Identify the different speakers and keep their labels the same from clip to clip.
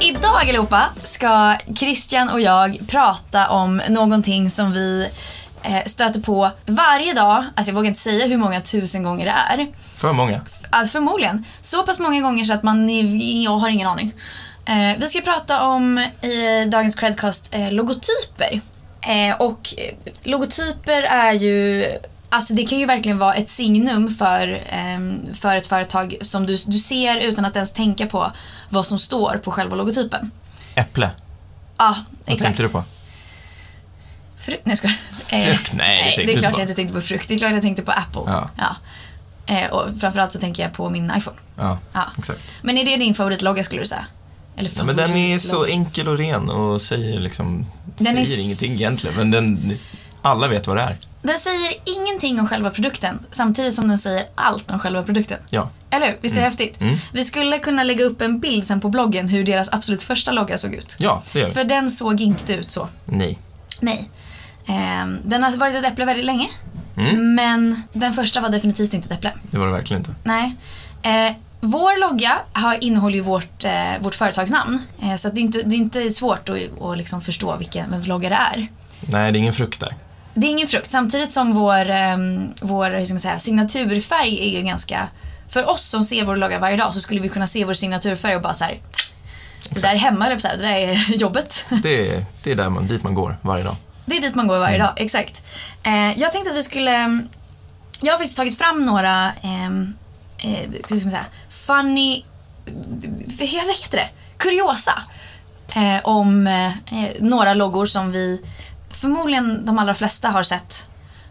Speaker 1: Idag allihopa ska Christian och jag prata om någonting som vi eh, stöter på varje dag. Alltså jag vågar inte säga hur många tusen gånger det är.
Speaker 2: För många.
Speaker 1: Ja, Förmodligen. Så pass många gånger så att man, jag har ingen aning. Eh, vi ska prata om i dagens Credcast eh, logotyper. Eh, och eh, logotyper är ju, alltså det kan ju verkligen vara ett signum för, ehm, för ett företag som du, du ser utan att ens tänka på vad som står på själva logotypen.
Speaker 2: Äpple.
Speaker 1: Ja,
Speaker 2: Vad
Speaker 1: exakt.
Speaker 2: tänkte du på?
Speaker 1: Fru- Nej jag skojar. Eh,
Speaker 2: Frukt? Nej, det
Speaker 1: Nej,
Speaker 2: tänkte
Speaker 1: det är
Speaker 2: du
Speaker 1: klart
Speaker 2: inte
Speaker 1: jag
Speaker 2: på.
Speaker 1: inte tänkte på frukt. Det är klart jag tänkte på Apple.
Speaker 2: Ja.
Speaker 1: Eh, och framförallt så tänker jag på min iPhone.
Speaker 2: Ja,
Speaker 1: Ja.
Speaker 2: exakt.
Speaker 1: Men är det din favoritlogga skulle du säga? Eller
Speaker 2: Ja, men den är så
Speaker 1: favoritlogga?
Speaker 2: enkel och ren och säger liksom,
Speaker 1: Den är
Speaker 2: säger
Speaker 1: s-
Speaker 2: ingenting egentligen, men den, alla vet vad det är.
Speaker 1: Den säger ingenting om själva produkten samtidigt som den säger allt om själva produkten.
Speaker 2: Ja.
Speaker 1: Eller hur? Visst är det häftigt?
Speaker 2: Mm.
Speaker 1: Vi skulle kunna lägga upp en bild sen på bloggen hur deras absolut första logga såg ut.
Speaker 2: Ja, det gör vi.
Speaker 1: För den såg inte ut så.
Speaker 2: Nej.
Speaker 1: Nej. Ehm, den har varit ett äpple väldigt länge.
Speaker 2: Mm.
Speaker 1: Men den första var definitivt inte ett äpple.
Speaker 2: Det var det verkligen inte.
Speaker 1: Nej. Eh, vår logga har, innehåller ju vårt, eh, vårt företagsnamn. Eh, så att det, är inte, det är inte svårt att, att liksom förstå vilken, vems logga det är.
Speaker 2: Nej, det är ingen frukt där.
Speaker 1: Det är ingen frukt. Samtidigt som vår, eh, vår hur ska man säga, signaturfärg är ju ganska... För oss som ser vår logga varje dag så skulle vi kunna se vår signaturfärg och bara så här... Det där är hemma, eller så här, det där är jobbet.
Speaker 2: Det är, det är där man, dit man går varje dag.
Speaker 1: Det är dit man går varje dag, exakt. Eh, jag tänkte att vi skulle... ehm, Jag har faktiskt tagit fram några, ehm, eh, hur ska man säga, funny... eh, Vad heter det? Kuriosa. Eh, om eh, eh, några loggor som vi förmodligen de allra flesta har sett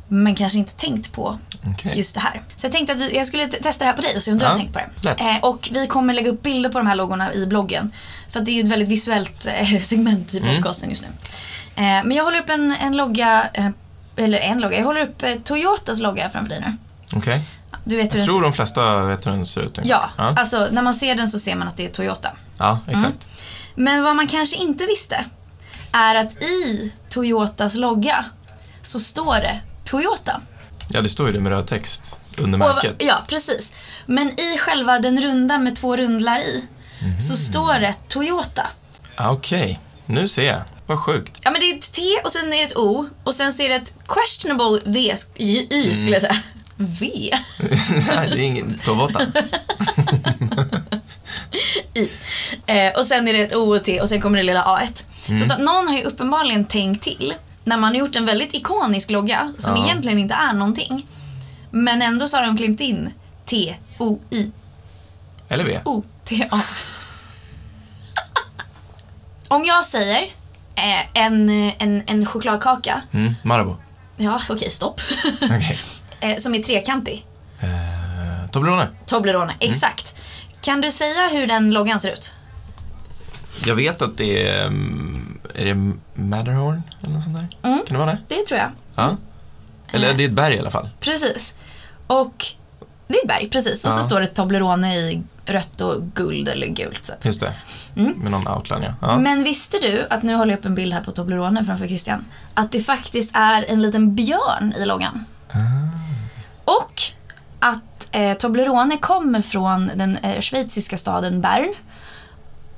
Speaker 1: men kanske inte tänkt på
Speaker 2: Okej.
Speaker 1: just det här. Så jag tänkte att vi, jag skulle t- testa det här på dig och se om du
Speaker 2: Ja,
Speaker 1: har tänkt på det.
Speaker 2: lätt.
Speaker 1: Eh, och vi kommer lägga upp bilder på de här loggorna i bloggen. För att det är ju ett väldigt visuellt eh, segment i
Speaker 2: Mm.
Speaker 1: podcasten just nu. Eh, men jag håller upp en, en logga, eh, eller en logga, jag håller upp eh, Toyotas logga framför dig nu.
Speaker 2: Okej.
Speaker 1: Du vet hur den
Speaker 2: Jag tror
Speaker 1: ser
Speaker 2: de flesta vet hur den ser ut.
Speaker 1: Ja, Mm.
Speaker 2: ja.
Speaker 1: alltså när man ser den så ser man att det är Toyota.
Speaker 2: ja exakt.
Speaker 1: Men vad man kanske inte visste är att i Toyotas logga så står det Toyota.
Speaker 2: Ja, det står ju det med röd text under
Speaker 1: Och-
Speaker 2: märket.
Speaker 1: Ja, precis. Men i själva den runda med två rundlar i
Speaker 2: Mhm.
Speaker 1: så står det Toyota.
Speaker 2: Ah, Okej, nu ser jag. Vad sjukt.
Speaker 1: Ja, men det är ett T och sen är det ett O och sen så är det ett questionable V, Y Y skulle jag
Speaker 2: Mm.
Speaker 1: säga. V?
Speaker 2: Nej, det är ingen Toyota.
Speaker 1: I. Eh, och sen är det ett O och ett T och sen kommer det lilla A1.
Speaker 2: Mm.
Speaker 1: Så att någon har ju uppenbarligen tänkt till när man har gjort en väldigt ikonisk logga som
Speaker 2: Ja.
Speaker 1: egentligen inte är någonting. Men ändå så har de klippt in T, O, I,
Speaker 2: Eller V.
Speaker 1: O-T-A. Om jag säger eh, en, en, en chokladkaka,
Speaker 2: Mm, Marabou.
Speaker 1: ja okej stopp,
Speaker 2: Okej.
Speaker 1: eh, som är trekantig,
Speaker 2: Eh, Toblerone.
Speaker 1: Toblerone, exakt. Kan du säga hur den loggan ser ut?
Speaker 2: Jag vet att det är... mm, Är det Matterhorn eller något sånt där?
Speaker 1: Mm.
Speaker 2: Kan det vara det?
Speaker 1: Det tror jag.
Speaker 2: Ja. Eller
Speaker 1: Eh.
Speaker 2: det är ett berg i alla fall.
Speaker 1: Precis. Och det är ett berg, precis. Och så
Speaker 2: Ja.
Speaker 1: står det Toblerone i rött och guld eller gult. Så.
Speaker 2: Just det.
Speaker 1: Mm.
Speaker 2: Med någon outline ja. ja.
Speaker 1: Men visste du, att nu håller jag upp en bild här på Toblerone framför Christian, att det faktiskt är en liten björn i loggan?
Speaker 2: Ah.
Speaker 1: Och att eh, Toblerone kommer från den eh, schweiziska staden Bern.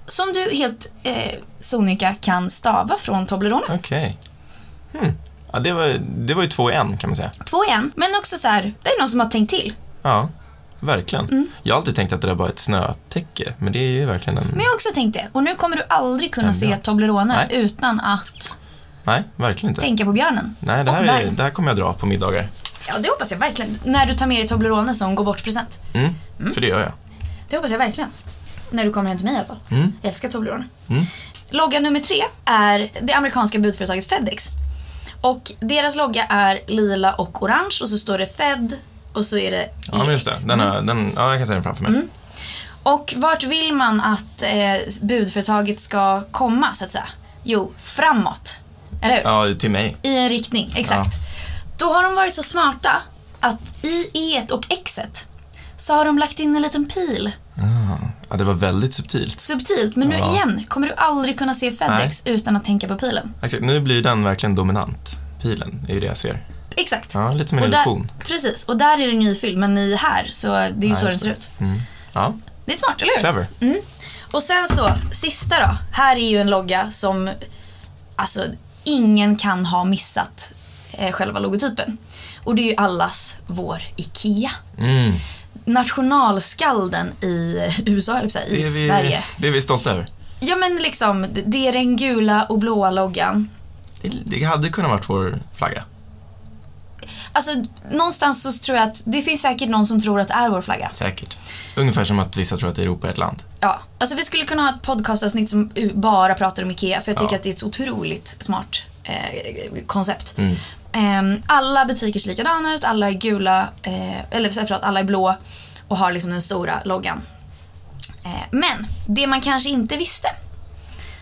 Speaker 1: Som du helt eh, sonika kan stava från Toblerone.
Speaker 2: Okej. Hmm. Ja, det, var, det var ju två i en kan man säga.
Speaker 1: Två igen. Men också så här, det är någon som har tänkt till.
Speaker 2: Ja, verkligen.
Speaker 1: Mm.
Speaker 2: Jag har alltid tänkt att det där bara är ett snötäcke, men det är ju verkligen en...
Speaker 1: Men jag har också tänkt det. Och nu kommer du aldrig kunna
Speaker 2: En
Speaker 1: se
Speaker 2: björn.
Speaker 1: Toblerone
Speaker 2: Nej.
Speaker 1: utan att
Speaker 2: Nej, verkligen inte.
Speaker 1: tänka på björnen.
Speaker 2: Nej, det här,
Speaker 1: Och
Speaker 2: är,
Speaker 1: berg.
Speaker 2: det här kommer jag dra på middagar.
Speaker 1: Ja, det hoppas jag verkligen. När du tar med dig Toblerone som går bort present.
Speaker 2: Mm. För det gör jag.
Speaker 1: Det hoppas jag verkligen. När du kommer hem till mig i alla fall.
Speaker 2: Mm.
Speaker 1: Jag älskar Toblerone.
Speaker 2: Mm.
Speaker 1: Logga nummer tre är det amerikanska budföretaget Fedex. Och deras logga är lila och orange och så står det Fed och så är det
Speaker 2: Ja, men just
Speaker 1: EX.
Speaker 2: det. Den har, den, ja, jag kan se den framför mig.
Speaker 1: Mm. Och vart vill man att eh, budföretaget ska komma så att säga? Jo, framåt. Eller hur?
Speaker 2: Ja, till mig.
Speaker 1: I en riktning, exakt. Då har de varit så smarta att i E och X så har de lagt in en liten pil.
Speaker 2: Ja, det var väldigt subtilt.
Speaker 1: Subtilt, men nu
Speaker 2: Ja.
Speaker 1: igen kommer du aldrig kunna se Fedex utan att tänka på pilen.
Speaker 2: Exakt, nu blir den verkligen dominant. Pilen är ju det jag ser.
Speaker 1: Exakt.
Speaker 2: Ja, lite som en
Speaker 1: Och där-
Speaker 2: illusion.
Speaker 1: Precis, och där är den nyfylld, men i här så det är ju
Speaker 2: Ja,
Speaker 1: så den
Speaker 2: just
Speaker 1: ser ut.
Speaker 2: Mm. Ja,
Speaker 1: Det är smart, eller hur?
Speaker 2: clever.
Speaker 1: Mm. Och sen så, sista då. Här är ju en logga som alltså, ingen kan ha missat eh, själva logotypen. Och det är ju allas vår IKEA.
Speaker 2: Mm.
Speaker 1: Nationalskalden i USA, eller så här, i
Speaker 2: Det är vi,
Speaker 1: Sverige.
Speaker 2: Det är vi stolta över.
Speaker 1: Ja men liksom, det är den gula och blåa loggan.
Speaker 2: Det, det hade kunnat varit vår flagga.
Speaker 1: Alltså någonstans så tror jag att det finns säkert någon som tror att det är vår flagga.
Speaker 2: Säkert. Ungefär som att vissa tror att Europa är ett land.
Speaker 1: Ja, alltså vi skulle kunna ha ett podcastavsnitt som u- bara pratar om IKEA för jag tycker
Speaker 2: Ja.
Speaker 1: att det är ett otroligt smart eh, koncept.
Speaker 2: Mm.
Speaker 1: Ehm, alla butiker ser likadana ut, alla är gula, eh, eller så här, förlåt, alla är blå och har liksom den stora loggan. Eh, men det man kanske inte visste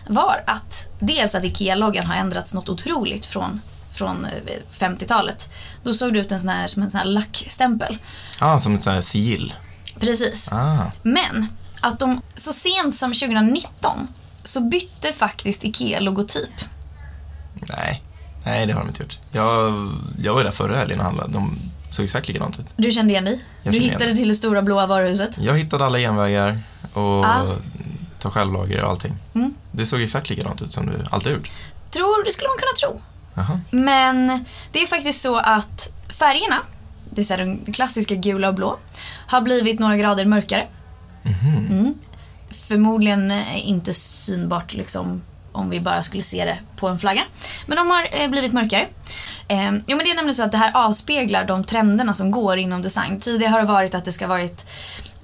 Speaker 1: var att dels att IKEA-loggan har ändrats något otroligt från, från eh, 50-talet. Då såg det ut en sån här, som en sån här lackstämpel.
Speaker 2: Ah, som ett sånt här sigill.
Speaker 1: Precis.
Speaker 2: Ah.
Speaker 1: Men att de så sent som 2019 så bytte faktiskt IKEA-logotyp.
Speaker 2: Nej. Nej, det har de inte gjort. Jag, jag var där förra helgen och handlade. De såg exakt likadant ut.
Speaker 1: Du kände igen dig? Du
Speaker 2: Jag kände igen
Speaker 1: hittade
Speaker 2: mig.
Speaker 1: till det stora blåa varuhuset.
Speaker 2: Jag hittade alla genvägar och
Speaker 1: Ah. Mm.
Speaker 2: tog självlager och allting. Det såg exakt likadant ut som du alltid har gjort.
Speaker 1: Tror, det skulle man kunna tro.
Speaker 2: Jaha.
Speaker 1: Men det är faktiskt så att färgerna, det vill säga de klassiska gula och blå, har blivit några grader mörkare.
Speaker 2: mhm.
Speaker 1: Mm. Förmodligen eh, inte synbart liksom, om vi bara skulle se det på en flagga. Men de har eh, blivit mörkare. Eh, jo, men det är nämligen så att det här avspeglar de trenderna som går inom design. Tidigare har det varit att det ska vara ett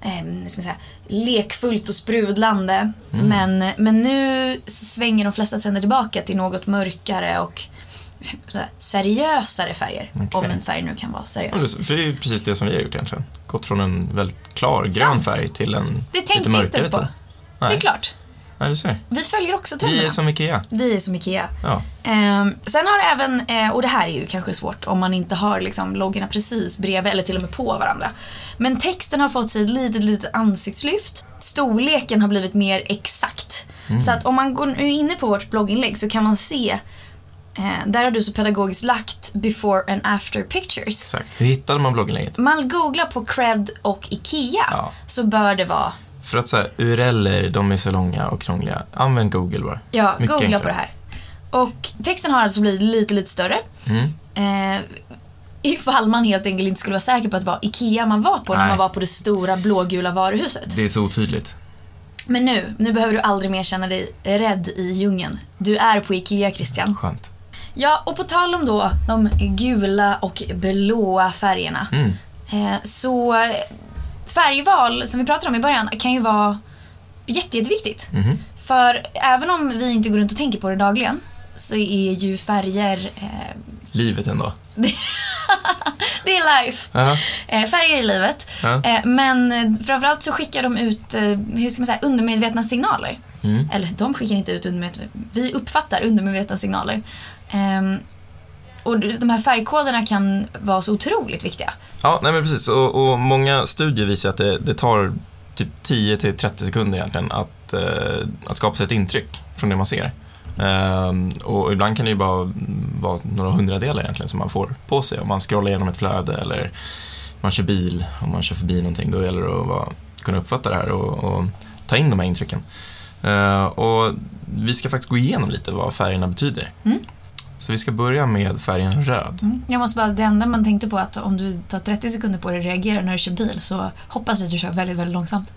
Speaker 1: eh, hur ska man säga, lekfullt och sprudlande.
Speaker 2: Mm.
Speaker 1: Men, men nu svänger de flesta trender tillbaka till något mörkare och sådär seriösare färger.
Speaker 2: Okej.
Speaker 1: Om en färg nu kan vara seriös.
Speaker 2: Ja, det- För det är ju precis det som vi har gjort egentligen. Gått från en väldigt klar grön
Speaker 1: Sant.
Speaker 2: färg till en
Speaker 1: Det tänkte
Speaker 2: lite
Speaker 1: jag
Speaker 2: mörkare.
Speaker 1: inte ens på.
Speaker 2: ton.
Speaker 1: Det är
Speaker 2: Nej.
Speaker 1: klart.
Speaker 2: Nej, du ser.
Speaker 1: Vi följer också trenderna.
Speaker 2: Vi är som Ikea.
Speaker 1: Vi är som IKEA.
Speaker 2: Ja.
Speaker 1: Ehm, sen har det även, eh, och det här är ju kanske svårt om man inte har liksom, loggorna precis bredvid eller till och med på varandra. Men texten har fått sig ett litet, litet ansiktslyft. Storleken har blivit mer exakt.
Speaker 2: Mm.
Speaker 1: Så att om man går nu inne på vårt blogginlägg så kan man se, eh, där har du så pedagogiskt lagt before and after pictures.
Speaker 2: Exakt. Hur hittade man blogginlägget?
Speaker 1: Man googlar på cred och IKEA
Speaker 2: Ja.
Speaker 1: så bör det vara
Speaker 2: För att så här, urler, de är så långa och krångliga. Använd Google bara.
Speaker 1: Ja,
Speaker 2: Mycket
Speaker 1: googla på det
Speaker 2: enklare.
Speaker 1: här. Och texten har alltså blivit lite, lite större.
Speaker 2: Mm.
Speaker 1: Eh, ifall man helt enkelt inte skulle vara säker på att det var IKEA man var på när
Speaker 2: Nej.
Speaker 1: man var på det stora blågula varuhuset.
Speaker 2: Det är så otydligt.
Speaker 1: Men nu, nu behöver du aldrig mer känna dig rädd i djungeln. Du är på IKEA Christian.
Speaker 2: Skönt.
Speaker 1: Ja, och på tal om då de gula och blåa färgerna.
Speaker 2: Mm.
Speaker 1: Eh, så eh, färgval, som vi pratade om i början, kan ju vara jätte, jätteviktigt.
Speaker 2: Mhm.
Speaker 1: För även om vi inte går runt och tänker på det dagligen så är ju färger, eh,
Speaker 2: Livet ändå.
Speaker 1: det är life.
Speaker 2: Ja.
Speaker 1: Eh, färger i livet.
Speaker 2: Ja.
Speaker 1: Eh, men eh, framförallt så skickar de ut, eh, hur ska man säga, undermedvetna signaler.
Speaker 2: Mm.
Speaker 1: Eller de skickar inte ut undermedvetna, vi uppfattar undermedvetna signaler. Ehm, och de här färgkoderna kan vara så otroligt viktiga.
Speaker 2: Ja, nej men precis. Och, och många studier visar att det, det tar typ 10 till 30 sekunder egentligen att, eh, att skapa sig ett intryck från det man ser. Ehm, och ibland kan det ju bara vara några hundradelar egentligen som man får på sig. Om man scrollar igenom ett flöde eller man kör bil, om man kör förbi någonting, då gäller det att vara, kunna uppfatta det här och, och ta in de här intrycken. Eh, och vi ska faktiskt gå igenom lite vad färgerna betyder.
Speaker 1: Mm.
Speaker 2: Så vi ska börja med färgen röd.
Speaker 1: Jag måste bara, det enda man tänkte på att om du tar 30 sekunder på dig att reagera när du kör bil så hoppas jag att du kör väldigt, väldigt långsamt.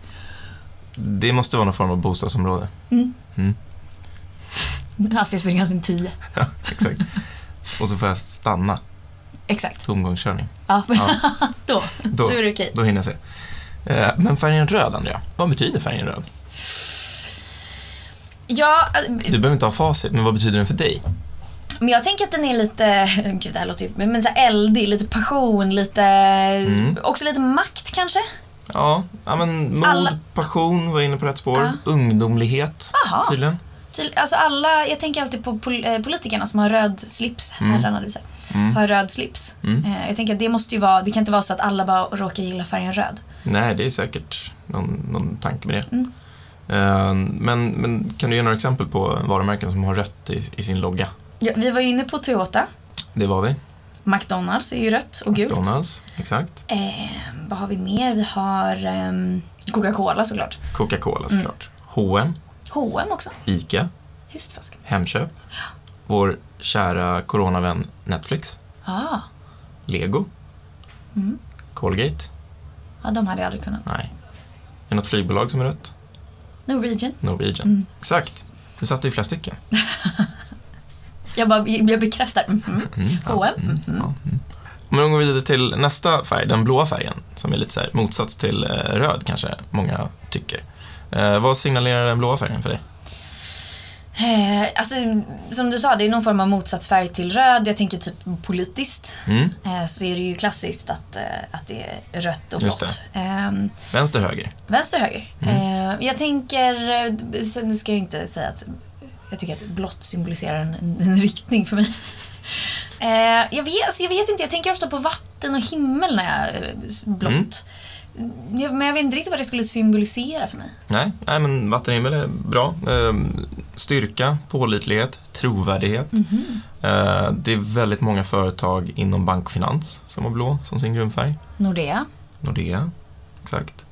Speaker 2: Det måste vara någon form av bostadsområde.
Speaker 1: Mm. Hastighetsbegränsning 10.
Speaker 2: Exakt. Och så får jag stanna,
Speaker 1: Exakt.
Speaker 2: tomgångskörning.
Speaker 1: Ja,
Speaker 2: Ja,
Speaker 1: då,
Speaker 2: då,
Speaker 1: då är det okej.
Speaker 2: då hinner jag se. Eh, Men färgen röd, Andrea. Vad betyder färgen röd?
Speaker 1: Ja, eh,
Speaker 2: Du behöver inte ha facit, men vad betyder den för dig?
Speaker 1: men jag tänker att den är lite, gud det här låter ju, men så här eldig, lite passion, lite,
Speaker 2: Mm.
Speaker 1: också lite makt kanske?
Speaker 2: Ja, ja men mod,
Speaker 1: Alla-
Speaker 2: passion, var inne på rätt spår.
Speaker 1: Ja. Ah.
Speaker 2: Ungdomlighet,
Speaker 1: Aha.
Speaker 2: tydligen.
Speaker 1: Till- Alltså alla, jag tänker alltid på pol- eh, politikerna som har röd slips, herrarna du säger,
Speaker 2: Mm.
Speaker 1: har röd slips.
Speaker 2: Mm.
Speaker 1: Eh, Jag tänker att det måste ju vara, det kan inte vara så att alla bara råkar gilla färgen röd.
Speaker 2: Nej, det är säkert någon, någon tanke med det.
Speaker 1: Mm.
Speaker 2: Eh, Men, men kan du ge några exempel på varumärken som har rött i, i sin logga?
Speaker 1: Ja, vi var ju inne på Toyota,
Speaker 2: Det var vi.
Speaker 1: McDonalds är ju rött och gult.
Speaker 2: McDonalds, exakt.
Speaker 1: Eh, vad har vi mer? Vi har ehm, Coca-Cola såklart.
Speaker 2: Coca-Cola såklart. H&M,
Speaker 1: H&M också.
Speaker 2: ICA,
Speaker 1: Hustfasken.
Speaker 2: Hemköp, vår kära coronavän Netflix,
Speaker 1: Ah,
Speaker 2: Lego, Colgate.
Speaker 1: ja, de hade jag aldrig kunnat.
Speaker 2: Nej. Är det något flygbolag som är rött?
Speaker 1: Norwegian.
Speaker 2: Norwegian. Exakt. Du satte ju flera stycken.
Speaker 1: Jag, bara, jag bekräftar. Mhm. H&M. Mhm.
Speaker 2: Mm. Ja. Mm. Om vi går vidare till nästa färg, den blåa färgen, som är lite så här, motsats till eh, röd kanske många tycker. Eh, vad signalerar den blåa färgen för dig?
Speaker 1: Eh, alltså, som du sa, det är någon form av motsatt färg till röd. Jag tänker typ politiskt.
Speaker 2: Mm.
Speaker 1: Eh, så är det ju klassiskt att, eh, att det är rött och
Speaker 2: Just
Speaker 1: blått. Ehm,
Speaker 2: Vänster, höger.
Speaker 1: Vänster, höger.
Speaker 2: Mm.
Speaker 1: Eh, jag tänker, eh, så nu ska jag inte säga att jag tycker att blått symboliserar en, en, en riktning för mig. Eh, jag, vet, alltså jag vet inte, jag tänker ofta på vatten och himmel när jag eh, s- blått.
Speaker 2: Mm.
Speaker 1: Jag- Men jag vet inte riktigt vad det skulle symbolisera för mig.
Speaker 2: Nej, nej men vatten och himmel är bra. Ehm, Styrka, pålitlighet, trovärdighet. Eh, Det är väldigt många företag inom bank och finans som har blå som sin grundfärg.
Speaker 1: Nordea.
Speaker 2: Nordea, exakt.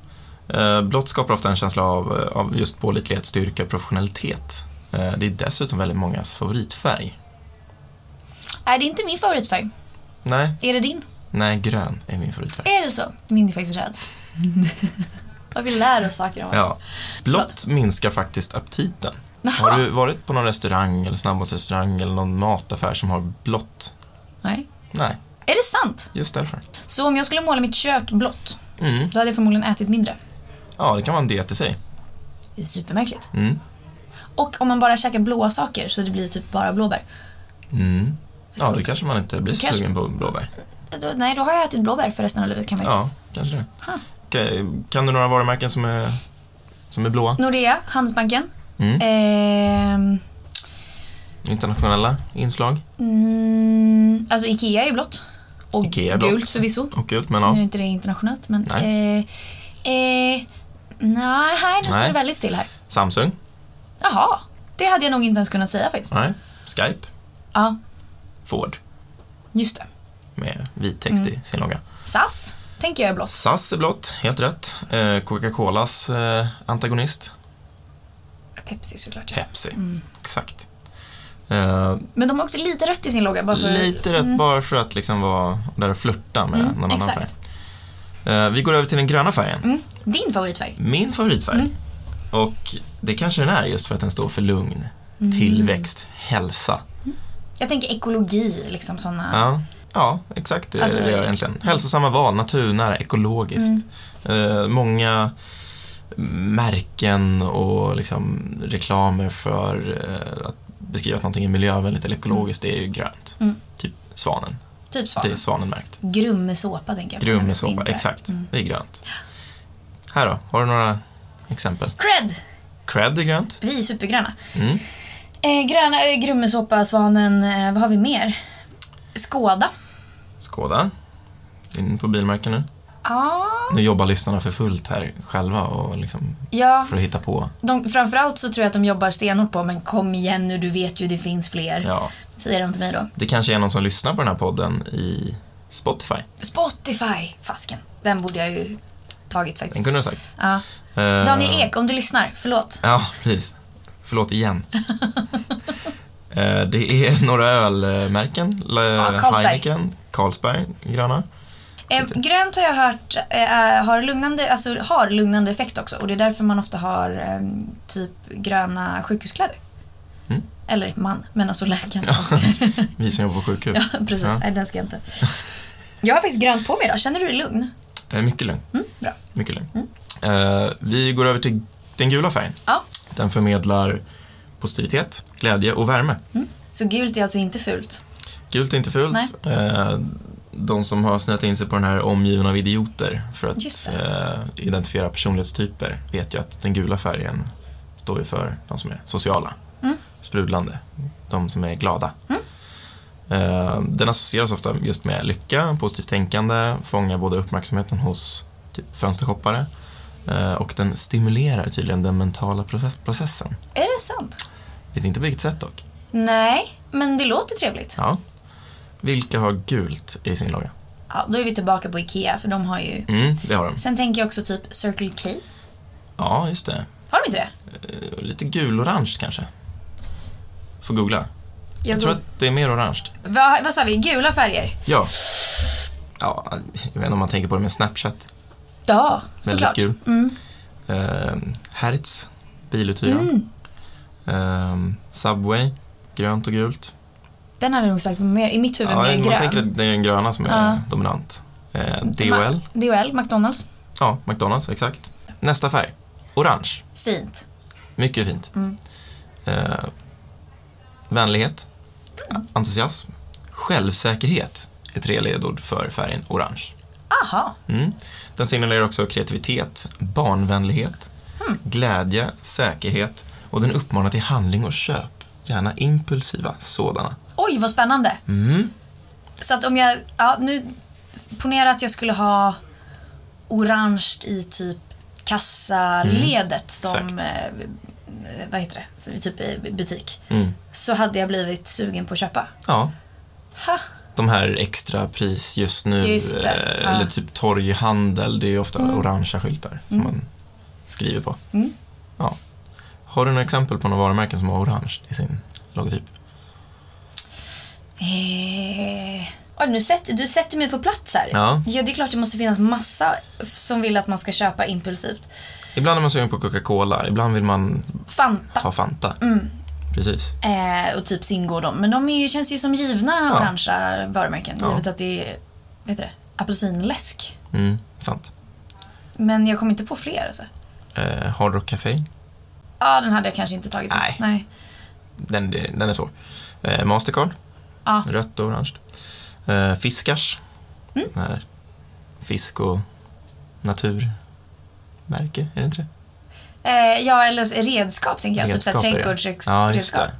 Speaker 2: Eh, Blått skapar ofta en känsla av, eh, av just pålitlighet, styrka, professionalitet. Eh, Det är dessutom väldigt mångas favoritfärg.
Speaker 1: Nej, det är inte min favoritfärg.
Speaker 2: Nej,
Speaker 1: Är det din?
Speaker 2: nej grön är min favoritfärg.
Speaker 1: Är det så? Min är faktiskt röd. Vad vi lär oss saker om varandra.
Speaker 2: Ja. Blått minskar faktiskt aptiten.
Speaker 1: Jaha.
Speaker 2: Har du varit på någon restaurang eller snabbmatsrestaurang eller någon mataffär som har blått?
Speaker 1: Nej.
Speaker 2: Nej,
Speaker 1: Är det sant?
Speaker 2: just därför.
Speaker 1: Så om jag skulle måla mitt kök blått,
Speaker 2: Mm.
Speaker 1: då hade jag förmodligen ätit mindre.
Speaker 2: Ja, det kan vara en diet i sig.
Speaker 1: Det är supermärkligt.
Speaker 2: Mm.
Speaker 1: Och om man bara käkar blåa saker så det blir typ bara blåbär.
Speaker 2: Mm. Ja, då kanske man inte blir så
Speaker 1: Kanske-
Speaker 2: sugen på blåbär.
Speaker 1: Då, nej, då har jag ätit blåbär för resten av livet kan man ju.
Speaker 2: Ja, kanske det.
Speaker 1: Ha.
Speaker 2: Okej, Kan du några varumärken som är, som är blåa?
Speaker 1: Nordea, Handelsbanken.
Speaker 2: Mm.
Speaker 1: Eh. Ehm,
Speaker 2: Internationella inslag?
Speaker 1: mm, alltså Ikea är ju blått. Och
Speaker 2: Ikea är blått.
Speaker 1: gult förvisso.
Speaker 2: Och gult, men
Speaker 1: Nu är
Speaker 2: ja.
Speaker 1: inte det internationellt men...
Speaker 2: Nej.
Speaker 1: Eh, eh, nej, här, nu står
Speaker 2: Nej.
Speaker 1: det väldigt still här.
Speaker 2: Samsung?
Speaker 1: Jaha, det hade jag nog inte ens kunnat säga faktiskt.
Speaker 2: Nej. Skype?
Speaker 1: Ja,
Speaker 2: Ford?
Speaker 1: just det.
Speaker 2: Med vit text
Speaker 1: Mm.
Speaker 2: i sin logga.
Speaker 1: SAS tänker jag är blått.
Speaker 2: SAS är blått, helt rätt. Eh, Coca-Colas eh, antagonist?
Speaker 1: Pepsi såklart.
Speaker 2: Pepsi.
Speaker 1: Mm.
Speaker 2: Exakt. Eh,
Speaker 1: Men de har också lite rött i sin logga bara för...
Speaker 2: Lite rätt
Speaker 1: mm.
Speaker 2: bara för att liksom vara där och flirta med någon annan
Speaker 1: exakt.
Speaker 2: färg. Eh, Vi går över till den gröna färgen.
Speaker 1: Mm, din favoritfärg.
Speaker 2: Min favoritfärg.
Speaker 1: Mm.
Speaker 2: Och det kanske den är just för att den står för lugn,
Speaker 1: Mm.
Speaker 2: tillväxt, hälsa.
Speaker 1: Jag tänker ekologi, liksom sådana...
Speaker 2: Ja, ja exakt det
Speaker 1: Alltså-
Speaker 2: det gör egentligen. Hälsosamma val, naturnära,
Speaker 1: Mm.
Speaker 2: ekologiskt. Eh, många märken och liksom reklamer för eh, att beskriva att någonting är miljövänligt eller ekologiskt, det är ju grönt.
Speaker 1: Mm.
Speaker 2: Typ svanen.
Speaker 1: Typ
Speaker 2: Det är
Speaker 1: svanen.
Speaker 2: svanenmärkt.
Speaker 1: Grum med såpa tänker jag Mm. på.
Speaker 2: Grum
Speaker 1: när
Speaker 2: med
Speaker 1: vi
Speaker 2: såpa,
Speaker 1: vinklar.
Speaker 2: exakt. Det är grönt. Här då, har du några exempel?
Speaker 1: Cred!
Speaker 2: Cred är grönt.
Speaker 1: Vi är supergröna.
Speaker 2: Mm.
Speaker 1: Eh, gröna, eh, grum med såpa, svanen, eh, vad har vi mer? Skåda.
Speaker 2: Skåda. In på bilmärken nu.
Speaker 1: Ja.
Speaker 2: Nu jobbar lyssnarna för fullt här själva och liksom
Speaker 1: Ja,
Speaker 2: för att hitta på.
Speaker 1: de, framförallt så tror jag att de jobbar stenhårt på men kom igen nu, du vet ju det finns fler.
Speaker 2: Ja.
Speaker 1: Säger de till mig då.
Speaker 2: Det kanske är någon som lyssnar på den här podden i Spotify.
Speaker 1: Spotify! Fasken. Den borde jag ju tagit faktiskt.
Speaker 2: Den kunde du ha sagt.
Speaker 1: Ja.
Speaker 2: Eh,
Speaker 1: Daniel Ek, om du lyssnar, förlåt.
Speaker 2: Ja, precis. Förlåt igen. Eh, det är några ölmärken.
Speaker 1: Ja, Carlsberg.
Speaker 2: Heineken, Carlsberg, gröna.
Speaker 1: Eh, grönt har jag hört eh, har, lugnande, alltså, har lugnande effekt också och det är därför man ofta har eh, typ gröna sjukhuskläder.
Speaker 2: Mm.
Speaker 1: Eller man, men alltså läkaren.
Speaker 2: Vi som jobbar på sjukhus.
Speaker 1: ja, precis.
Speaker 2: Ja.
Speaker 1: Nej, den ska jag inte. Jag har faktiskt grönt på mig idag. Känner du dig lugn?
Speaker 2: Eh, mycket lugn.
Speaker 1: Mm, Bra. Mm.
Speaker 2: Mycket lugn. Eh, vi går över till den gula färgen.
Speaker 1: Ja.
Speaker 2: Den förmedlar positivitet, glädje och värme.
Speaker 1: Så gult är alltså inte fult.
Speaker 2: Gult är inte fult. Eh, De som har snöat in sig på den här omgiven av idioter för
Speaker 1: Just
Speaker 2: att eh, identifiera personlighetstyper vet ju att den gula färgen står ju för de som är sociala,
Speaker 1: Mm.
Speaker 2: sprudlande, de som är glada. Eh, Den associeras ofta just med lycka, positivt tänkande, fångar både uppmärksamheten hos typ fönstershoppare eh, och den stimulerar tydligen den mentala process- processen.
Speaker 1: Är det sant?
Speaker 2: Vet inte på vilket sätt dock.
Speaker 1: Nej, men det låter trevligt.
Speaker 2: Ja. Vilka har gult i sin logga?
Speaker 1: Ja, då är vi tillbaka på IKEA för de har ju...
Speaker 2: Mm, det har de.
Speaker 1: Sen tänker jag också typ Circle K.
Speaker 2: Ja, just det.
Speaker 1: Har de inte det?
Speaker 2: eh, lite gul-orange kanske. Får googla. Jag tror
Speaker 1: tror...
Speaker 2: att det är mer orange.
Speaker 1: Va, vad sa vi? Gula färger?
Speaker 2: Ja. Ja, jag vet inte om man tänker på det, men Snapchat.
Speaker 1: Ja,
Speaker 2: Väldigt
Speaker 1: såklart.
Speaker 2: gul.
Speaker 1: Mm.
Speaker 2: Eh, Hertz, biluthyraren.
Speaker 1: Mm.
Speaker 2: Ehm, Subway, grönt och gult.
Speaker 1: Den hade nog sagt mer, i mitt huvud
Speaker 2: Ja,
Speaker 1: mer
Speaker 2: man
Speaker 1: grön.
Speaker 2: tänker att det är den gröna som är
Speaker 1: Ja.
Speaker 2: dominant. Eh,
Speaker 1: Ma-
Speaker 2: DHL,
Speaker 1: DHL, McDonalds.
Speaker 2: ja, McDonalds, exakt. Nästa färg, orange.
Speaker 1: Fint.
Speaker 2: Mycket fint.
Speaker 1: Mm.
Speaker 2: Eh, vänlighet, entusiasm, självsäkerhet är tre ledord för färgen orange.
Speaker 1: Aha.
Speaker 2: Mm. Den signalerar också kreativitet, barnvänlighet, glädje, säkerhet och den uppmanar till handling och köp. Gärna impulsiva sådana.
Speaker 1: Oj, vad spännande.
Speaker 2: Mm.
Speaker 1: Så att om jag, ja nu, ponera att jag skulle ha orange i typ kassaledet
Speaker 2: Mm.
Speaker 1: som, eh, vad heter det, Så i typ i butik.
Speaker 2: Mm.
Speaker 1: Så hade jag blivit sugen på att köpa.
Speaker 2: Ja,
Speaker 1: Ha.
Speaker 2: de här extra pris just nu,
Speaker 1: Just det,
Speaker 2: eh,
Speaker 1: ja.
Speaker 2: eller typ torghandel, det är ju ofta orangea skyltar som man skriver på.
Speaker 1: Mm.
Speaker 2: Ja. Har du några exempel på några varumärken som har orange i sin logotyp?
Speaker 1: Eh, oj, nu sätter, du sätter mig på plats här.
Speaker 2: Ja.
Speaker 1: ja, det är klart det måste finnas massa som vill att man ska köpa impulsivt.
Speaker 2: Ibland är man sugen på Coca-Cola, ibland vill man
Speaker 1: Fanta.
Speaker 2: ha Fanta.
Speaker 1: Mm.
Speaker 2: Precis.
Speaker 1: Eh, och typ Zingo och dem. Men de är ju, känns ju som givna
Speaker 2: Ja.
Speaker 1: orangea varumärken.
Speaker 2: Ja.
Speaker 1: Givet att det är vad heter det, apelsinläsk.
Speaker 2: Mm, sant.
Speaker 1: Men jag kommer inte på fler. Alltså. Ja,
Speaker 2: Eh, Hard Rock Café,
Speaker 1: den hade jag kanske inte tagit.
Speaker 2: Nej.
Speaker 1: visst. Nej.
Speaker 2: Den, den är svår. Eh, Mastercard.
Speaker 1: Ja.
Speaker 2: Rött och orange. Eh, fiskars.
Speaker 1: Mm.
Speaker 2: Den här fisk och naturmärke, är det inte det?
Speaker 1: Eh, ja, eller s- redskap tänker jag. typ
Speaker 2: Redskap är
Speaker 1: såhär
Speaker 2: det. Ja, just
Speaker 1: trädgårdsredskap.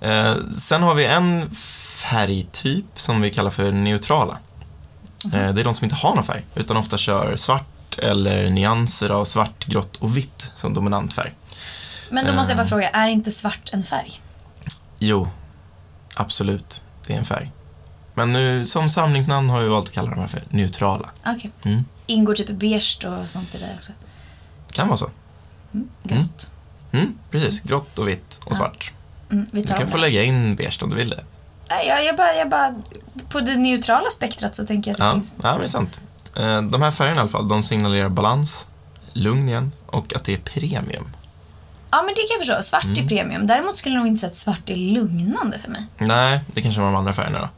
Speaker 2: det. Eh, sen har vi en färgtyp som vi kallar för neutrala.
Speaker 1: Mhm.
Speaker 2: Eh, det är de som inte har någon färg, utan ofta kör svart eller nyanser av svart, grått och vitt som dominant färg.
Speaker 1: Men då måste
Speaker 2: Eh.
Speaker 1: jag bara fråga, är inte svart en färg?
Speaker 2: Jo, absolut, det är en färg. Men nu, som samlingsnamn har vi valt att kalla dem här för neutrala.
Speaker 1: Okej.
Speaker 2: Mm.
Speaker 1: Ingår typ beige och sånt i det också?
Speaker 2: Kan vara så.
Speaker 1: Gött.
Speaker 2: Mm, precis, grått och vitt och svart.
Speaker 1: Mm, vi
Speaker 2: Du
Speaker 1: tar
Speaker 2: kan
Speaker 1: om
Speaker 2: få
Speaker 1: det.
Speaker 2: lägga in beige om du vill det.
Speaker 1: Nej, jag, jag, bara, jag bara... På det neutrala spektrat så tänker jag att det
Speaker 2: Ja,
Speaker 1: finns...
Speaker 2: ja men det är sant. Eh, De här färgerna i alla fall, de signalerar balans, lugn igen och att det är premium.
Speaker 1: Ja, men det kan jag förstå. Svart
Speaker 2: Mm.
Speaker 1: är premium. Däremot skulle jag nog inte säga att svart är lugnande för mig.
Speaker 2: Nej, det kanske var de andra färgerna då.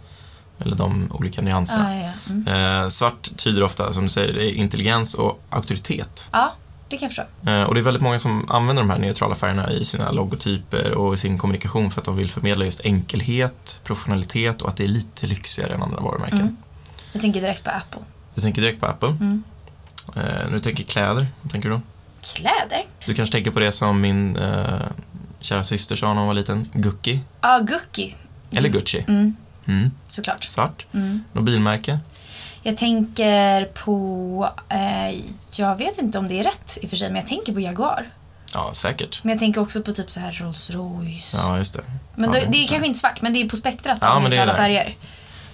Speaker 2: Eller de olika nyanserna.
Speaker 1: Ah, ja, ja. Mm.
Speaker 2: Eh, svart tyder ofta, som du säger, det är intelligens och auktoritet.
Speaker 1: ja, det kan jag förstå.
Speaker 2: Eh, och det är väldigt många som använder de här neutrala färgerna i sina logotyper och i sin kommunikation för att de vill förmedla just enkelhet, professionalitet och att det är lite lyxigare än andra varumärken.
Speaker 1: Mm. Jag tänker direkt på Apple.
Speaker 2: Du tänker direkt på Apple.
Speaker 1: Mm.
Speaker 2: Eh, nu tänker kläder, vad tänker du då?
Speaker 1: Kläder?
Speaker 2: Du kanske tänker på det som min eh, kära syster sa när hon var liten, Gucci.
Speaker 1: Ja, ah, Gucci.
Speaker 2: Eller Gucci.
Speaker 1: Mm,
Speaker 2: Mm.
Speaker 1: såklart.
Speaker 2: Svart.
Speaker 1: Mm.
Speaker 2: Något bilmärke?
Speaker 1: Jag tänker på... Eh, jag vet inte om det är rätt i och för sig, men jag tänker på Jaguar.
Speaker 2: Ja, säkert.
Speaker 1: Men jag tänker också på typ så här Rolls Royce.
Speaker 2: Ja, just det.
Speaker 1: Men
Speaker 2: Ja,
Speaker 1: då,
Speaker 2: det är
Speaker 1: det är
Speaker 2: inte
Speaker 1: kanske inte svart, men det är på spektrat
Speaker 2: Ja,
Speaker 1: av
Speaker 2: men det är
Speaker 1: neutrala
Speaker 2: det.
Speaker 1: färger.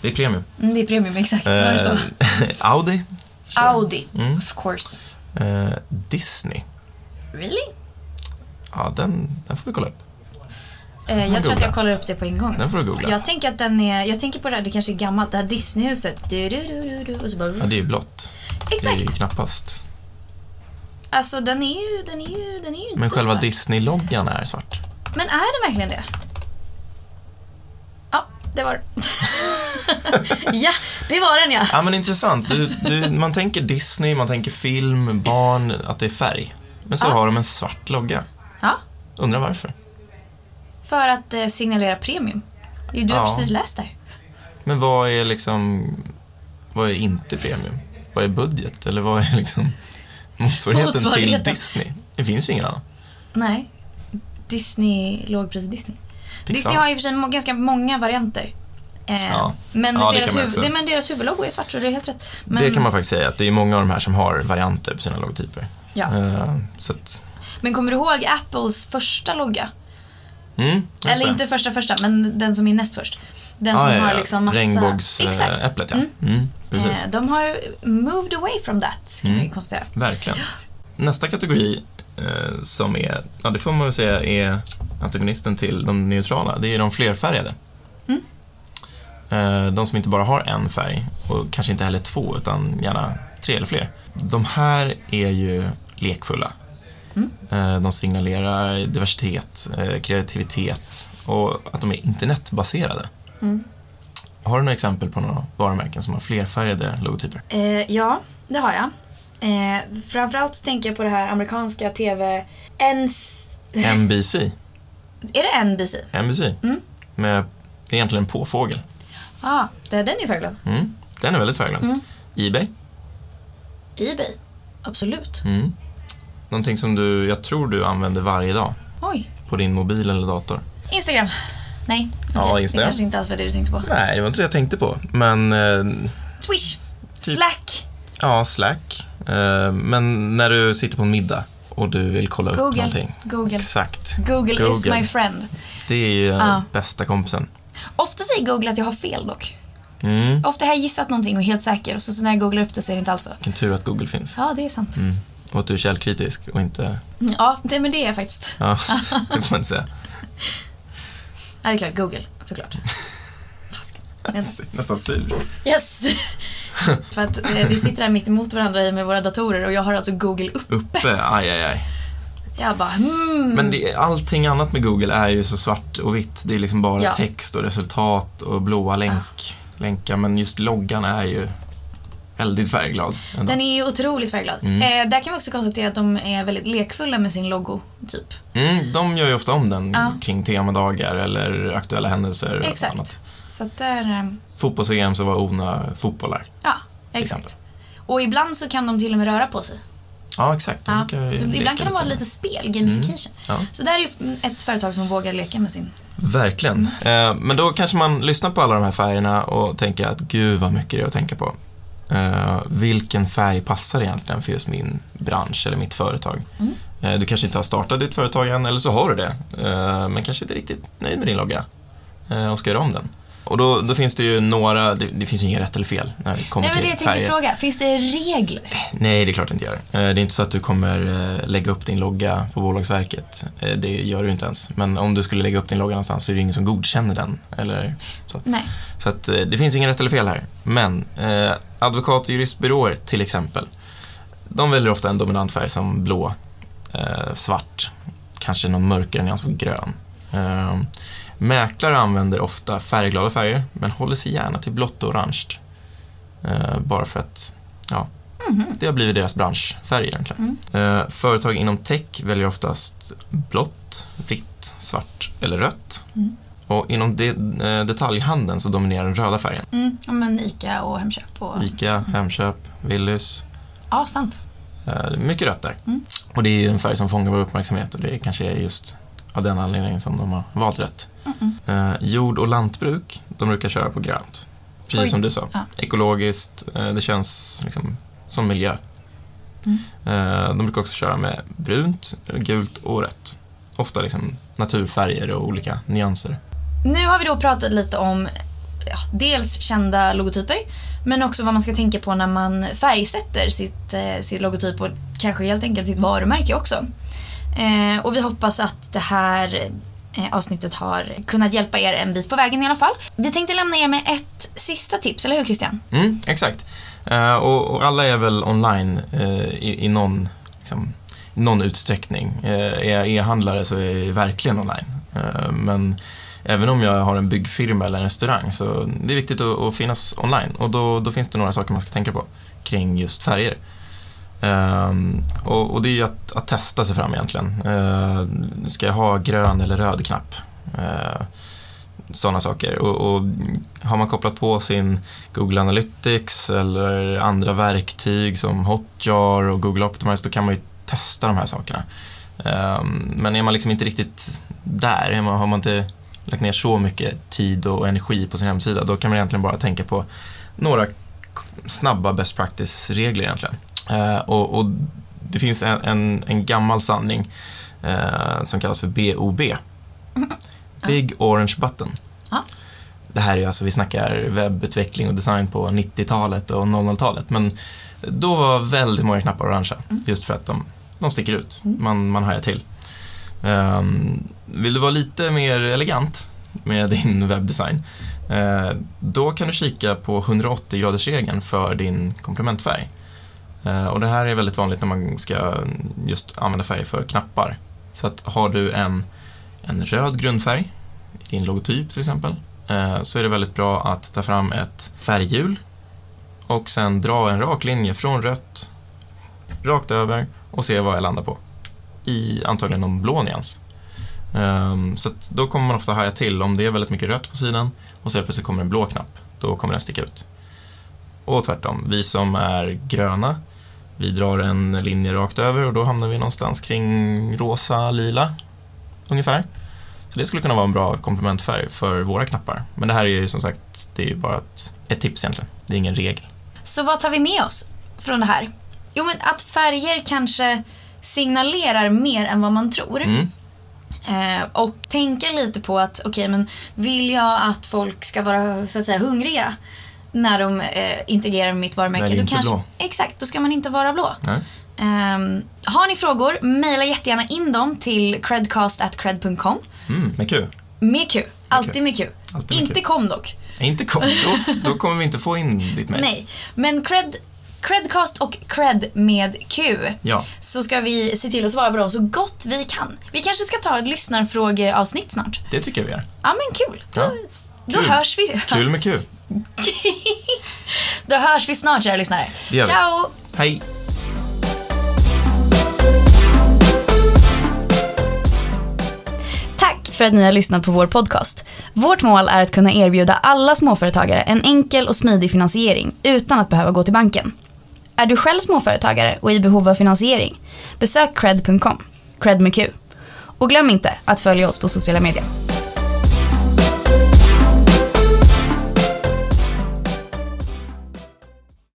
Speaker 2: Det är premium.
Speaker 1: Mm, det är premium, exakt. Snarare så.
Speaker 2: Eh, Audi. Så.
Speaker 1: Audi,
Speaker 2: Mm.
Speaker 1: of course.
Speaker 2: Eh, Disney.
Speaker 1: Really?
Speaker 2: Ja, den, den får vi kolla upp.
Speaker 1: Eh, jag tror att
Speaker 2: googla.
Speaker 1: jag kollar upp det på en gång.
Speaker 2: Den får du googla.
Speaker 1: Jag tänker att den är, jag tänker på det här, det kanske är gammalt, det här Disneyhuset. Du, du, du, du, och så bara,
Speaker 2: Ja, det är ju blått. Det är ju
Speaker 1: exakt!
Speaker 2: knappast.
Speaker 1: Alltså den är ju, den är ju, den är ju inte
Speaker 2: Men själva
Speaker 1: svart.
Speaker 2: Disney-loggan är svart.
Speaker 1: Men är den verkligen det? Ja, det var den. Ja, det var den ja.
Speaker 2: Ja, men intressant. Du, du, man tänker Disney, man tänker film, barn, att det är färg. Men så
Speaker 1: Ja.
Speaker 2: har de en svart logga.
Speaker 1: Ja,
Speaker 2: Undrar varför.
Speaker 1: för att eh, signalera premium. Det är ju du har
Speaker 2: Ja.
Speaker 1: precis läst där.
Speaker 2: Men vad är liksom, vad är inte premium? Vad är budget? Eller vad är liksom motsvarigheten,
Speaker 1: Motsvarigheten.
Speaker 2: till Disney? Det finns ju ingen annan.
Speaker 1: Nej. Disney, lågpris Disney.
Speaker 2: Pixar.
Speaker 1: Disney har i och för sig må- ganska många varianter. Eh,
Speaker 2: Ja.
Speaker 1: Men,
Speaker 2: Ja, det
Speaker 1: deras
Speaker 2: kan man
Speaker 1: huv-
Speaker 2: också.
Speaker 1: det, men deras huvudlogo är svart så det är helt rätt. Men,
Speaker 2: Det kan man faktiskt säga, att det är många av de här som har varianter på sina logotyper.
Speaker 1: Ja.
Speaker 2: Eh, så att,
Speaker 1: men kommer du ihåg Apples första logga?
Speaker 2: mm, just
Speaker 1: Eller
Speaker 2: det.
Speaker 1: inte första första, men den som är näst först. Den
Speaker 2: Ah,
Speaker 1: som
Speaker 2: ja,
Speaker 1: har
Speaker 2: ja.
Speaker 1: liksom massa... Exakt.
Speaker 2: Regnbågsäpplet, ja.
Speaker 1: Mm.
Speaker 2: Mm, precis. Mm.
Speaker 1: Eh, de har moved away from that, kan vi konstatera.
Speaker 2: Verkligen. Nästa kategori eh, som är, ja det får man väl säga är antagonisten till de neutrala, det är de flerfärgade.
Speaker 1: Mm.
Speaker 2: Eh, de som inte bara har en färg och kanske inte heller två utan gärna tre eller fler. De här är ju lekfulla.
Speaker 1: Mm.
Speaker 2: Eh, De signalerar diversitet, eh, kreativitet och att de är internetbaserade.
Speaker 1: Mm.
Speaker 2: Har du några exempel på några varumärken som har flerfärgade logotyper?
Speaker 1: Eh, ja, det har jag. Eh, framförallt så tänker jag på det här amerikanska TV... NS...
Speaker 2: NBC.
Speaker 1: Är det NBC? Ja,
Speaker 2: NBC.
Speaker 1: Mm.
Speaker 2: Med det är egentligen en påfågel.
Speaker 1: ah, det är den är färgglad.
Speaker 2: Mm. Den är väldigt färgglad.
Speaker 1: Mm.
Speaker 2: Ebay.
Speaker 1: Ebay. E Absolut.
Speaker 2: Mm. Någonting som du, jag tror du använder varje dag
Speaker 1: Oj.
Speaker 2: på din mobil eller dator.
Speaker 1: Instagram. Nej,
Speaker 2: Ja,
Speaker 1: okej. det
Speaker 2: Instagram.
Speaker 1: kanske inte alls var det du tänkte på.
Speaker 2: Nej, det var inte det jag tänkte på. Men eh,
Speaker 1: Swish.
Speaker 2: Typ.
Speaker 1: Slack.
Speaker 2: ja, Slack. Eh, men när du sitter på en middag och du vill kolla upp
Speaker 1: Google.
Speaker 2: någonting.
Speaker 1: Google.
Speaker 2: Exakt.
Speaker 1: Google, is
Speaker 2: Google.
Speaker 1: my friend.
Speaker 2: Det är ju den
Speaker 1: Ja.
Speaker 2: bästa kompisen.
Speaker 1: Ofta säger Google att jag har fel dock.
Speaker 2: Mm.
Speaker 1: Ofta har jag gissat någonting och är helt säker och så, så när jag googlar upp det så är det inte alls så.
Speaker 2: Vilken tur att Google finns.
Speaker 1: Ja, det är sant.
Speaker 2: Mm. Och att du är källkritisk och inte...
Speaker 1: Mm, Ja, det, men det är jag faktiskt.
Speaker 2: Ja, det får man inte säga.
Speaker 1: Ja, det är klart. Google, såklart. Fasken. Men-
Speaker 2: Nästan sur.
Speaker 1: Yes! För att eh, vi sitter här mitt emot varandra i med våra datorer och jag har alltså Google uppe.
Speaker 2: Uppe, aj, aj, aj.
Speaker 1: Jag bara hmm.
Speaker 2: Men det, allting annat med Google är ju så svart och vitt. Det är liksom bara
Speaker 1: Ja.
Speaker 2: text och resultat och blåa länk, länkar. Men just loggan är ju väldigt färgglad. ändå.
Speaker 1: Den är ju otroligt färgglad.
Speaker 2: Mm.
Speaker 1: Eh, där kan vi också konstatera att de är väldigt lekfulla med sin logo, typ.
Speaker 2: Mm, de gör ju ofta om den
Speaker 1: Ja.
Speaker 2: kring temadagar eller aktuella händelser. och
Speaker 1: Exakt.
Speaker 2: annat.
Speaker 1: Så att där, eh,
Speaker 2: Fotbolls-EM så var Ona fotbollar.
Speaker 1: ja,
Speaker 2: exempel.
Speaker 1: exakt. Och ibland så kan de till och med röra på sig.
Speaker 2: Ja, exakt. De
Speaker 1: Ja.
Speaker 2: brukar ju leka Mm.
Speaker 1: Ibland kan det vara
Speaker 2: med-
Speaker 1: lite spel, gamification.
Speaker 2: Ja.
Speaker 1: Så där är ju ett företag som vågar leka med sin.
Speaker 2: Verkligen. Eh, men då kanske man lyssnar på alla de här färgerna och tänker att gud vad mycket det är att tänka på. Eh, vilken färg passar egentligen för just min bransch eller mitt företag?
Speaker 1: Mm.
Speaker 2: Eh, du kanske inte har startat ditt företag än, eller så har du det, eh, men kanske inte riktigt nöjd med din logga eh, och ska göra om den. Och då, då finns det ju några, det, det finns ju inget rätt eller fel när det kommer
Speaker 1: Nej, men det
Speaker 2: till
Speaker 1: jag tänkte
Speaker 2: färger.
Speaker 1: fråga. Finns det regler?
Speaker 2: Nej, det är klart det inte gör. Eh, Det är inte så att du kommer eh, lägga upp din logga på Bolagsverket. Eh, Det gör du inte ens. Men om du skulle lägga upp din logga någonstans så är det ingen som godkänner den. Eller så
Speaker 1: Nej.
Speaker 2: så att, eh, det finns ingen rätt eller fel här. Men eh, advokat och juristbyråer till exempel, de väljer ofta en dominant färg som blå, eh, svart, kanske någon mörkare nyans av grön. Eh, mäklare använder ofta färgglada färger, men håller sig gärna till blått och orange. Eh, bara för att ja, det har blivit deras
Speaker 1: Mm.
Speaker 2: branschfärg egentligen. Eh, företag inom tech väljer oftast blått, vitt, svart eller rött.
Speaker 1: Mm.
Speaker 2: Och inom de, eh, detaljhandeln så dominerar den röda färgen.
Speaker 1: Mm, ja, men ICA och Hemköp och...
Speaker 2: ICA, Hemköp, Willys.
Speaker 1: Ja, sant.
Speaker 2: Eh, mycket rött där.
Speaker 1: Mm.
Speaker 2: Och det är ju en färg som fångar vår uppmärksamhet och det kanske är just av den anledningen som de har valt rött.
Speaker 1: Mm-mm.
Speaker 2: Eh, jord och lantbruk, de brukar köra på grönt. Precis
Speaker 1: Oj.
Speaker 2: som du sa.
Speaker 1: Ja.
Speaker 2: Ekologiskt, eh, det känns liksom som miljö.
Speaker 1: Mm.
Speaker 2: Eh, de brukar också köra med brunt, gult och rött. Ofta liksom naturfärger och olika nyanser.
Speaker 1: Nu har vi då pratat lite om ja, dels kända logotyper men också vad man ska tänka på när man färgsätter sitt, eh, sitt logotyp och kanske helt enkelt sitt varumärke också. Eh, och vi hoppas att det här eh, avsnittet har kunnat hjälpa er en bit på vägen i alla fall. Vi tänkte lämna er med ett sista tips, eller hur Christian?
Speaker 2: Mm, exakt. Eh, och, och alla är väl online eh, i, i någon, liksom, i någon utsträckning. Eh, är jag e-handlare så är jag verkligen online. Eh, men även om jag har en byggfirma eller en restaurang så det är viktigt att, att finnas online. Och då, då finns det några saker man ska tänka på kring just färger. Ehm, och, och det är ju att, att testa sig fram egentligen. Ehm, ska jag ha grön eller röd knapp? Ehm, Sådana saker. Och, och har man kopplat på sin Google Analytics eller andra verktyg som Hotjar och Google Optimize, då kan man ju testa de här sakerna. Ehm, Men är man liksom inte riktigt där, är man- har man inte lagt ner så mycket tid och energi på sin hemsida, då kan man egentligen bara tänka på några k- snabba best practice-regler egentligen. Ehm, Och, och det finns en, en, en gammal sanning eh, som kallas för BOB. Big Orange Button. Det här är ju alltså, vi snackar webbutveckling och design på 90-talet och 00-talet. Men då var väldigt många knappar orangea. Just för att de de sticker ut.
Speaker 1: Mm.
Speaker 2: Man, man hajar till. Ehm, vill du vara lite mer elegant med din webbdesign, eh, då kan du kika på 180-gradersregeln för din komplementfärg. Eh, och det här är väldigt vanligt när man ska just använda färger för knappar. Så att har du en, en röd grundfärg i din logotyp till exempel, eh, så är det väldigt bra att ta fram ett färghjul och sen dra en rak linje från rött rakt över och se vad jag landar på. I antagligen någon blå nyans. Ehm, så att då kommer man ofta haja till om det är väldigt mycket rött på sidan och så helt plötsligt kommer en blå knapp. Då kommer den sticka ut. Och tvärtom, vi som är gröna, vi drar en linje rakt över och då hamnar vi någonstans kring rosa, lila ungefär. Så det skulle kunna vara en bra komplementfärg för våra knappar. Men det här är ju som sagt, det är ju bara ett, ett tips egentligen. Det är ingen regel.
Speaker 1: Så vad tar vi med oss från det här? Jo, men att färger kanske signalerar mer än vad man tror.
Speaker 2: Mm.
Speaker 1: Eh, och tänka lite på att, okej, men vill jag att folk ska vara så att säga hungriga när de eh, interagerar med mitt varumärke?
Speaker 2: Välj
Speaker 1: då
Speaker 2: inte
Speaker 1: kanske,
Speaker 2: blå.
Speaker 1: Exakt, då ska man inte vara blå.
Speaker 2: Nej.
Speaker 1: Ehm, har ni frågor, mejla jättegärna in dem till credcast.cred.com.
Speaker 2: Mm, men kul.
Speaker 1: Med Q. Alltid med Q.
Speaker 2: Alltid med
Speaker 1: Inte
Speaker 2: kul.
Speaker 1: kom dock.
Speaker 2: Inte kom, då, då kommer vi inte få in ditt mejl.
Speaker 1: Nej. Men cred, credcast och cred med Q.
Speaker 2: Ja,
Speaker 1: Så ska vi se till att svara på dem så gott vi kan. Vi kanske ska ta ett lyssnarfrågeavsnitt snart.
Speaker 2: det tycker jag vi gör.
Speaker 1: Ja men kul. Då,
Speaker 2: Ja.
Speaker 1: då
Speaker 2: Kul.
Speaker 1: hörs vi.
Speaker 2: Kul med kul.
Speaker 1: Då hörs vi snart kära lyssnare.
Speaker 2: Det gör vi.
Speaker 1: Ciao!
Speaker 2: Hej!
Speaker 1: Tack för att ni har lyssnat på vår podcast. Vårt mål är att kunna erbjuda alla småföretagare en enkel och smidig finansiering utan att behöva gå till banken. Är du själv småföretagare och i behov av finansiering? Besök cred.com, cred med Q. Och glöm inte att följa oss på sociala medier.